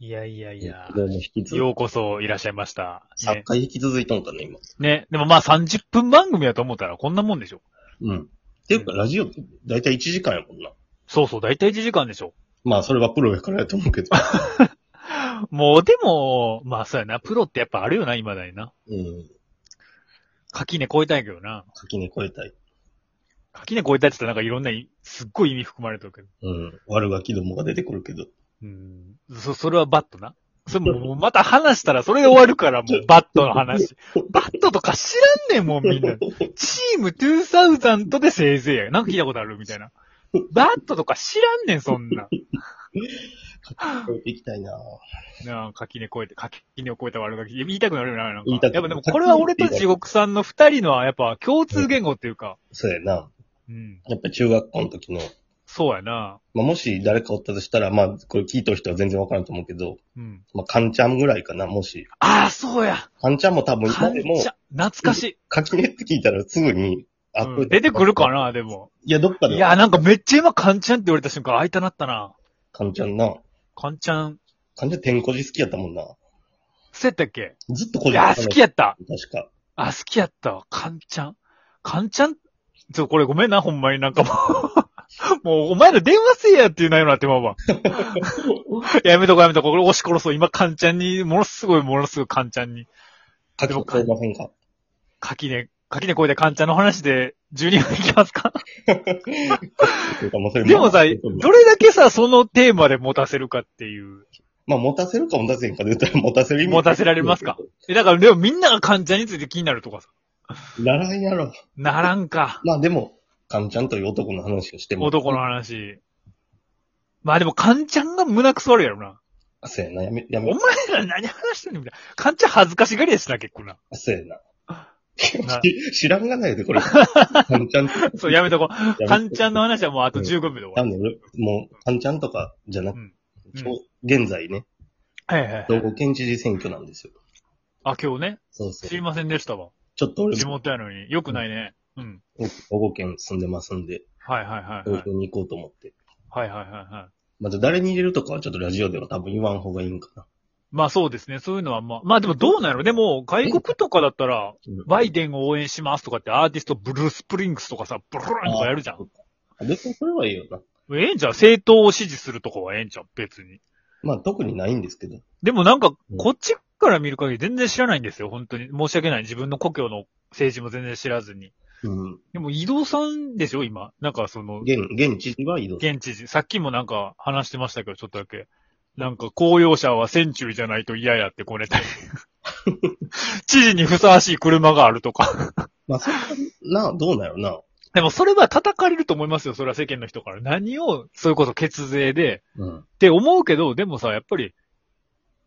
いやいやいやこ。れも引き続ようこそいらっしゃいました。き、ね3。回引き続いたのかね、今。ね。でもまあ30分番組やと思ったらこんなもんでしょ。うん。っていうか、ラジオって大体1時間やもんな。そうそう、だいたい1時間でしょ。まあ、それはプロやからやと思うけど。もうでも、まあそうやな。プロってやっぱあるよな、今だにな。うん。垣根超えたいけどな。垣根超えたい。垣根超えたいって言ったらなんかいろんな意、すっごい意味含まれてるけど。うん。悪ガキどもが出てくるけど。うん。そ、それはバットな。それももうまた話したらそれで終わるから、もうバットの話。バットとか知らんねん、もうみんな。チーム2000でせいぜいや。なんか聞いたことあるみたいな。バットとか知らんねん、そんな。超えていきたいなぁ。なあ、垣根越えて、垣根を越えた悪ガキ。言いたくなるよな、なんか。言いたくなやっるぱでもこれは俺と地獄さんの二人の、やっぱ共通言語っていうか。そうやな。うん。やっぱ中学校の時の、そうやな。まあ、もし誰かおったとしたら、まあ、これ聞いとる人は全然わからんと思うけど、うん。まあ、カンちゃんぐらいかな、もし。ああ、そうや。カンちゃんも多分か今んでもち、ゃ、懐かしい。垣根って聞いたらすぐに、あうん出てくるかなな、でも。いや、どっかいで、や、なんかめっちゃ今、カンちゃんって言われた瞬間、会いたなったな。カンちゃんな。カンちゃん、カンちゃん天こじ好きやったもんな。そうやったっけずっとこいじや、好きや。やった。確か。あ、好きやったわ。カンちゃん。カンちゃん、ちょ、これごめんな、ほんまになんかもう。 もう、お前ら電話せえやっていう内容になってまうわ。 やめとこうやめとこう。これ押し殺そう。今、カンちゃんに、ものすごい、ものすごいカンちゃんに。かきも買いませんか垣根、垣根越えてカンちゃんの話で12分いきますかでもさ、どれだけさ、そのテーマで持たせるかっていう。まあ、持たせるか持たせんかで言ったら持たせる意味持たせられますかえ、だから、でもみんながカンちゃんについて気になるとかさ。ならんやろ。ならんか。まあ、でも、カンちゃんという男の話をしても。男の話。まあでも、カンちゃんが胸くそ悪いやろな。あ、そうやな、やめ、やおめ前、ら何話してんのみたいな。カンちゃん恥ずかしがりやしな、結構な。あそうやな。な知らんがないで、これ。カンちゃんとか。そう、やめとこう。やめカンちゃんの話はもうあと15秒で終わある。のもう、カンちゃんとかじゃなくうん今日現在ね、はいはいはい。兵庫県知事選挙なんですよ。あ、今日ね。そうそう知。りませんでしたわ。ちょっと俺地も元やのに。よくないね。うん。兵庫県住んでますんで、はいはいはい投はい。票に行こうと思って。はいはいはいはい。また誰に入れるとかはちょっとラジオでは多分言わん方がいいんかな。まあそうですね。そういうのはまあ、まあでもどうなんやろでも、外国とかだったら、バイデンを応援しますとかってアーティストブルース・プリングスとかさ、ブルーンとかやるじゃん。あ別にそれはいいよな。ええんじゃん政党を支持するとかはええんじゃん別に。まあ特にないんですけど。でもなんかう、んこっちから見る限り全然知らないんですよ。本当に。申し訳ない。自分の故郷の政治も全然知らずに。うん。でも、移動さんでしょ今。なんか、その、現、現知事は移動。現地人。さっきもなんか話してましたけど、ちょっとだけ。なんか、公用車はセンチュリーじゃないと嫌やってこね たり。知事にふさわしい車があるとか。まあそれはな、どうなるな。でも、それは叩かれると思いますよ。それは世間の人から。何を、それこそ血税で、うん。って思うけど、でもさ、やっぱり、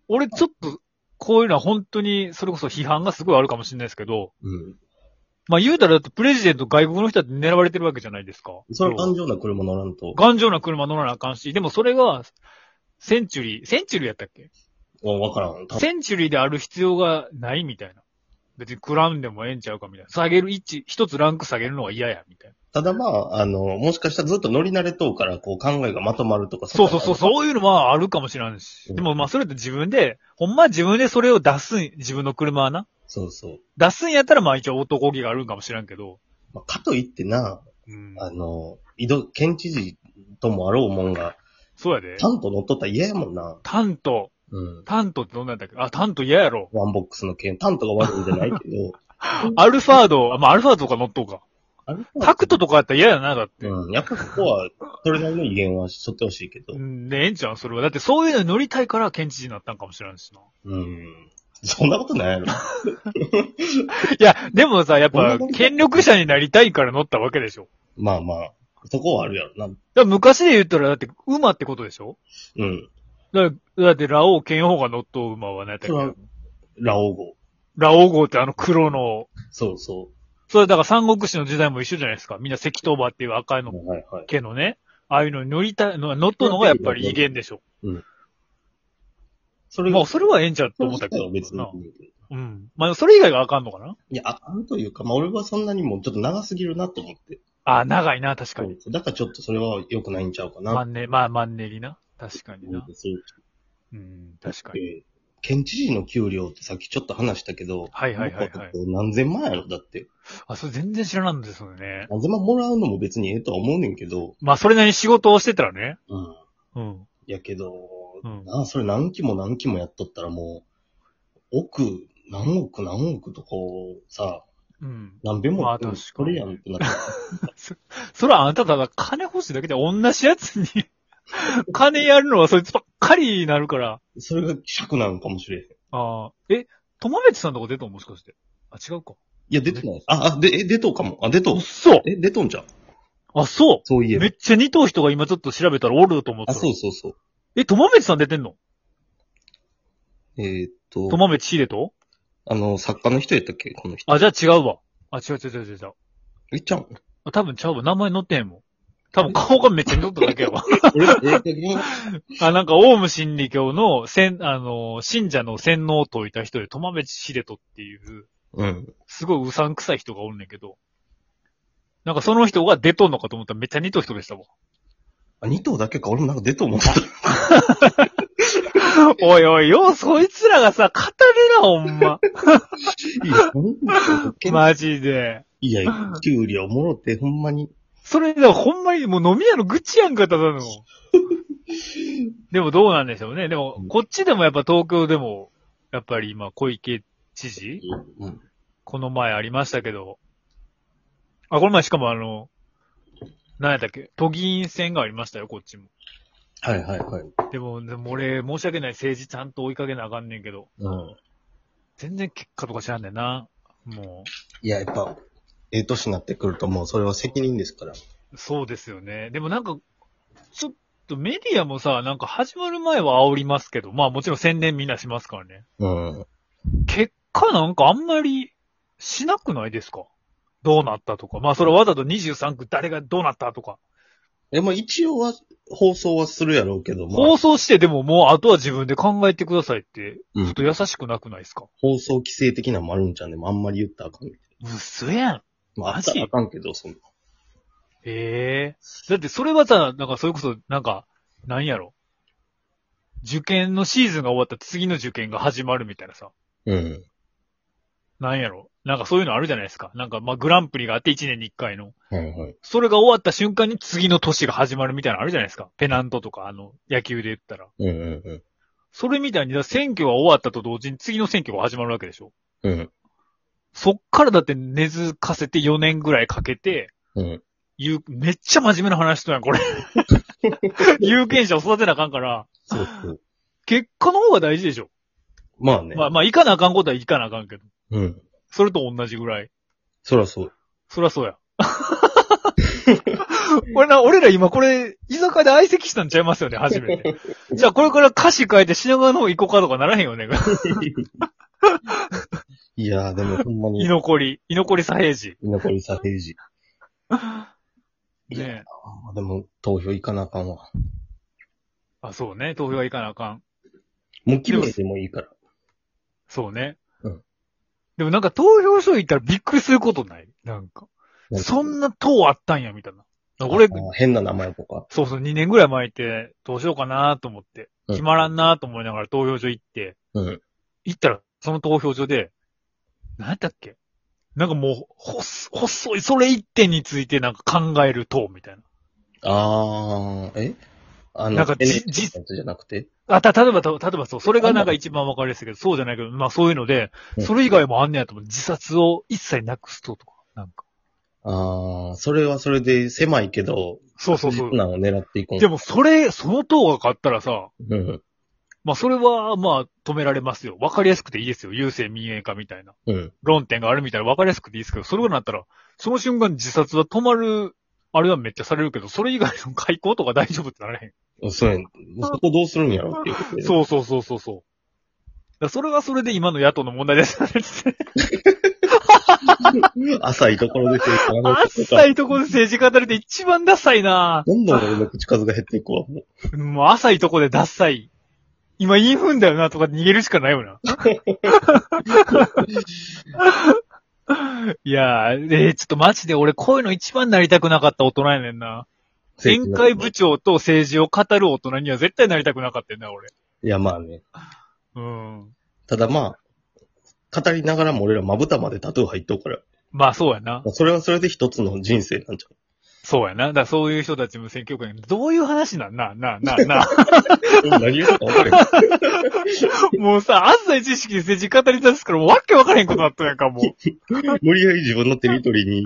俺ちょっと、こういうのは本当に、それこそ批判がすごいあるかもしれないですけど、うん。まあ言うたらだってプレジデント外国の人だって狙われてるわけじゃないですか。それは頑丈な車乗らんと。頑丈な車乗らなあかんし、でもそれが、センチュリー、センチュリーやったっけあわからん。多分センチュリーである必要がないみたいな。別にクラウンでもええんちゃうかみたいな。下げる位置、一つランク下げるのは嫌や、みたいな。ただまあ、あの、もしかしたらずっと乗り慣れとうから、こう考えがまとまるとか。そうそうそう、う。そういうのはあるかもしれないし。でもまあそれって自分で、ほんまは自分でそれを出すん、自分の車はな。そうそう。出すんやったら、まあ一応男気があるんかもしれんけど。まあ、かといってな、うん。あの、井戸、県知事ともあろうもんが、そうやでち。ゃんと乗っとったら嫌やもんな。タント。うん。タントってどんなんだっけあ、タント嫌やろ。ワンボックスの件、担当 が悪いんじゃないけど。アルファード、あまあアルファードとか乗っとうか。あれタクトとかやったら嫌やな、だって。うん。やっぱここは、それなりの威厳はしとってほしいけどう。ん、ねええんちゃん、それは。だってそういうのに乗りたいから県知事になったんかもしれんしな。うん。そんなことないやろ。いや、でもさ、やっそぱんなこと、権力者になりたいから乗ったわけでしょ。まあまあ、そこはあるやろな。だから昔で言ったら、だって馬ってことでしょうん。だからだって、ラオウ、剣王が乗っとう馬は何やったそれっはけ、ラオウ語。ラオウ号ってあの黒の、そうそそれだから三国志の時代も一緒じゃないですか。みんな赤頭馬っていう赤いのう。はいはい。けのね、ああいうのに乗りたいの、乗っとうのがやっぱり威厳でしょ。それまあ、それはええんちゃうそとれ思っ自たけ体はど。別にな。うん。まあ、それ以外があかんのかないや、あかんというか、まあ俺はそんなにもうちょっと長すぎるなと思って。あ、長いな、確かに。だからちょっとそれは良くないんちゃうかな。マンネ、まあ、マンネリな。確かにな。そううん、確かに。えー県知事の給料ってさっきちょっと話したけど、はいはいはいはいなんか何千万やろだって。あ、それ全然知らないんですよね。何千万もらうのも別にええとは思うねんけど、まあ、それなりに仕事をしてたらね。うん。うん。やけど、うん。なあ、それ何期も何期もやっとったらもう、億、何億何億とこう、さ、うん。何遍もまあやっても確かにこれやんってなって。それはあんたただ金欲しいだけで同じやつに、 金やるのはそいつばっかりになるから。 それが尺なのかもしれへん。いああ。え、とまめつさんとこ出たんもしかして。あ、違うか。や、出てない。あ、あ、で、え、出とうかも。あ、出とううっ。そえ、出とんじゃん。あ、そそういうえばめ。っちゃ似とう人が今ちょっと調べたらおると思ったあ、ら。そうそうそう。え、とまめつさん出てんのえーっとと、まめちしでとあの、作家の人やったっけこの人。あ、じゃあ違うわ。あ、違う違う違う違う違う。えっちゃん。あ多分ちゃうわ。名前載ってへんもん。多分顔がめっちゃ似とっただけ やわ。俺、えー、逆にあ、なんか、オウム真理教の、せん、あの、信者の洗脳を解いた人で、トマベチシデトっていう、うん。すごいうさんくさい人がおるんだけど、なんかその人が出とんのかと思ったらめっちゃ似とう人でしたもん。あ、二頭だけか。俺もなんか出とう 思ってた。おいおい、よう、そいつらがさ、語るな、ほんま。いいよ本当 にマジで。いや、給料もろて、ほんまに。それで、ほんまに、もう飲み屋の愚痴やんか、ただ の。でもどうなんでしょうね。でも、こっちでもやっぱ東京でも、やっぱり今、小池知事うん。この前ありましたけど、あ、この前しかもあの、何やったっけ、都議員選がありましたよ、こっちも。はいはいはい。でも、でも俺、申し訳ない、政治ちゃんと追いかけなあかんねんけど、うん。全然結果とか知らんねんな。もいや、やっぱ、ええ年になってくると、もうそれは責任ですから。う、そうですよね。でもなんか、ちょっとメディアもさ、なんか始まる前は煽りますけど、まあもちろん宣伝みんなしますからね。うん。結果なんかあんまりしなくないですかどうなったとか。まあそれわざと23区誰がどうなったとか。え、まあ一応は、放送はするやろうけど、まあ放、送してでももうあとは自分で考えてくださいって、うんちょっと優しくなくないですか、放送規制的なのもあるんちゃうね。まああんまり言ったらあかん。うっそやん。まあ、あマっジたらあかんけど、そんな。ええだってそれはさ、なんかそれこそ、なんか、なんやろ。受験のシーズンが終わったら次の受験が始まるみたいなさ。うん。なんやろ。なんかそういうのあるじゃないですか。なんかまあグランプリがあって1年に1回の。はいはい。それが終わった瞬間に次の年が始まるみたいなのあるじゃないですか。ペナントとか、あの、野球で言ったら。うんうんそれみたいに、だから選挙が終わったと同時に次の選挙が始まるわけでしょ。うん。うん。そっからだって根付かせて4年ぐらいかけて、うん。言う、めっちゃ真面目な話しとんやん、これ。 有権者を育てなあかんから、そうそう。結果の方が大事でしょ。まあね。まあまあ、いかなあかんことはいかなあかんけど。うん。それと同じぐらい。そらそう。 そりゃそうや。 俺な、俺ら今これ、居酒屋で相席したんちゃいますよね、初め て。じゃあこれから歌詞変えて品川の方行こうかとかならへんよね。いやー、でもほんま居に、残り、居残り左平次。残りさ、平時。いねやえあーでも、投票行かなあかんわ。あ、そうね。投票は行かなあかん。もう決めてもいいから。そうね。うんでもなんか投票所行ったらびっくりすることないなんか。そんな党あったんや、みたいな。俺、あー変な名前とか。そうそう、2年ぐらい前って、どうしようかなと思って、うん決まらんなと思いながら投票所行って、うん。行ったら、その投票所で、なんだっけなんかもう、ほっ、細い、それ一点についてなんか考える党みたいな。あー、えあの、なんかじ NHK じのやつじゃなくてあ、た、例えば、た例えばそう、それがなんか一番わかりやすいけど、そうじゃないけど、まあそういうので、うんそれ以外もあんねやと思う。自殺を一切なくす党とか、なんか。あー、それはそれで狭いけど、そうそうそう。なのを狙っていこう。でも、それ、その党が買ったらさ、うん。まあ、それは、まあ、止められますよ。わかりやすくていいですよ。郵政民営化みたいな。うん。論点があるみたいな、わかりやすくていいですけど、それがなったら、その瞬間に自殺は止まる、あれはめっちゃされるけど、それ以外の開口とか大丈夫ってなれへん。そうやん。そこどうするんやろっていうことで。う。そうそうそうそうそう。だからそれはそれで今の野党の問題ですよね。 浅いところですよ。あのあっさいとこで政治語れて一番ダサいなどんどん俺の口数が減っていくわ。ももう浅いとこでダッサい。今インフンだよなとか逃げるしかない よな。いやー、えーちょっとマジで俺こういうの一番なりたくなかった大人やねんな。う宴会部長と政治を語る大人には絶対なりたくなかったよな、俺。いや、まあね。うん。ただまあ、語りながらも俺らまぶたまでタトゥー入っとうから、まあそうやな。それはそれで一つの人生なんじそうやな。だからそういう人たちも選挙区に、どういう話なんな、な、な、 な。ゃん。もう何言うか分からへん。もうさ、あずい知識で政治語り出すから、わけわからへんことなったやんか、 もう。無理やり自分のテリトリーに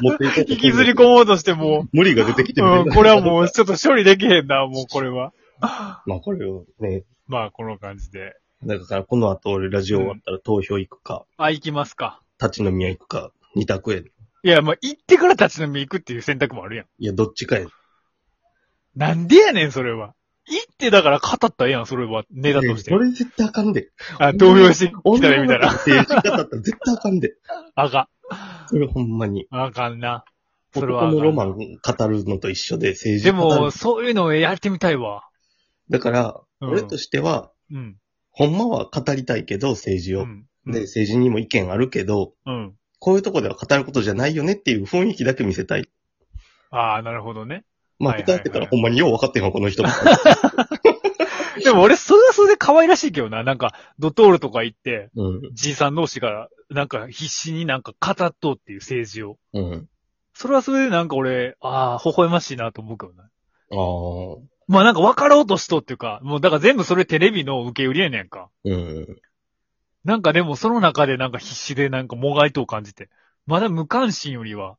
持っていこうと引きずり込もうとして も無理が出てきう、てうん、これはもう。うちょっと処理できへんな、もうこれは。 まあこれをね、まあ、この感じで。だからこの後俺ラジオ終わったら投票行くか、あ、行きますか。立ち飲み屋行くか、二択やで。いや、まあ、行ってから立ち飲み行くっていう選択もあるやん。いや、どっちかやで。なんでやねん、それは。行ってだから語ったらええやん、それは。ネタとしいやて。これ絶対あかんで。あ、投票してきた女らのみ子たいがな。政治家だったら絶対あかんで。あかそれほんまに。ん。あかんな。それはあ男かん。のロマン語るのと一緒で政治で家語るも、そういうのをやってみたいわ。だから、うん俺としては、うん。ほんまは語りたいけど、政治うを。ん。で、政治にも意見あるけど、うん。こういうとこでは語ることじゃないよねっていう雰囲気だけ見せたい。ああ、なるほどね。まあ、はいはい蓋はい開けたらほんまによう分かってんわ、こ の人も。でも俺、それはそれで可愛らしいけどな。なんか、ドトールとか行って、うん。じいさん同士が、なんか必死になんか語っとうっていう政治を。うん。それはそれでなんか俺、ああ、微笑ましいなと思うけどな。ああ。まあなんか分かろうとしとっていうか、もうだから全部それテレビの受け売りやねんか。うん。なんかでもその中でなんか必死でなんかもがいとを感じて。まだ無関心よりは、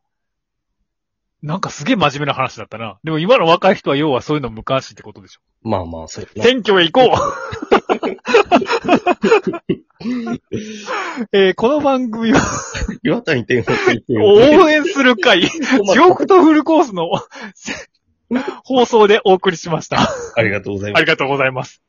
なんかすげえ真面目な話だったな。でも今の若い人は要はそういうの無関心ってことでしょ。まあまあ、そう やな。選挙へ行こうえーこの番組は岩谷天国行って応援する会、地獄とフルコースの 放送でお送りしました。ありがとうございますあり。がとうございます。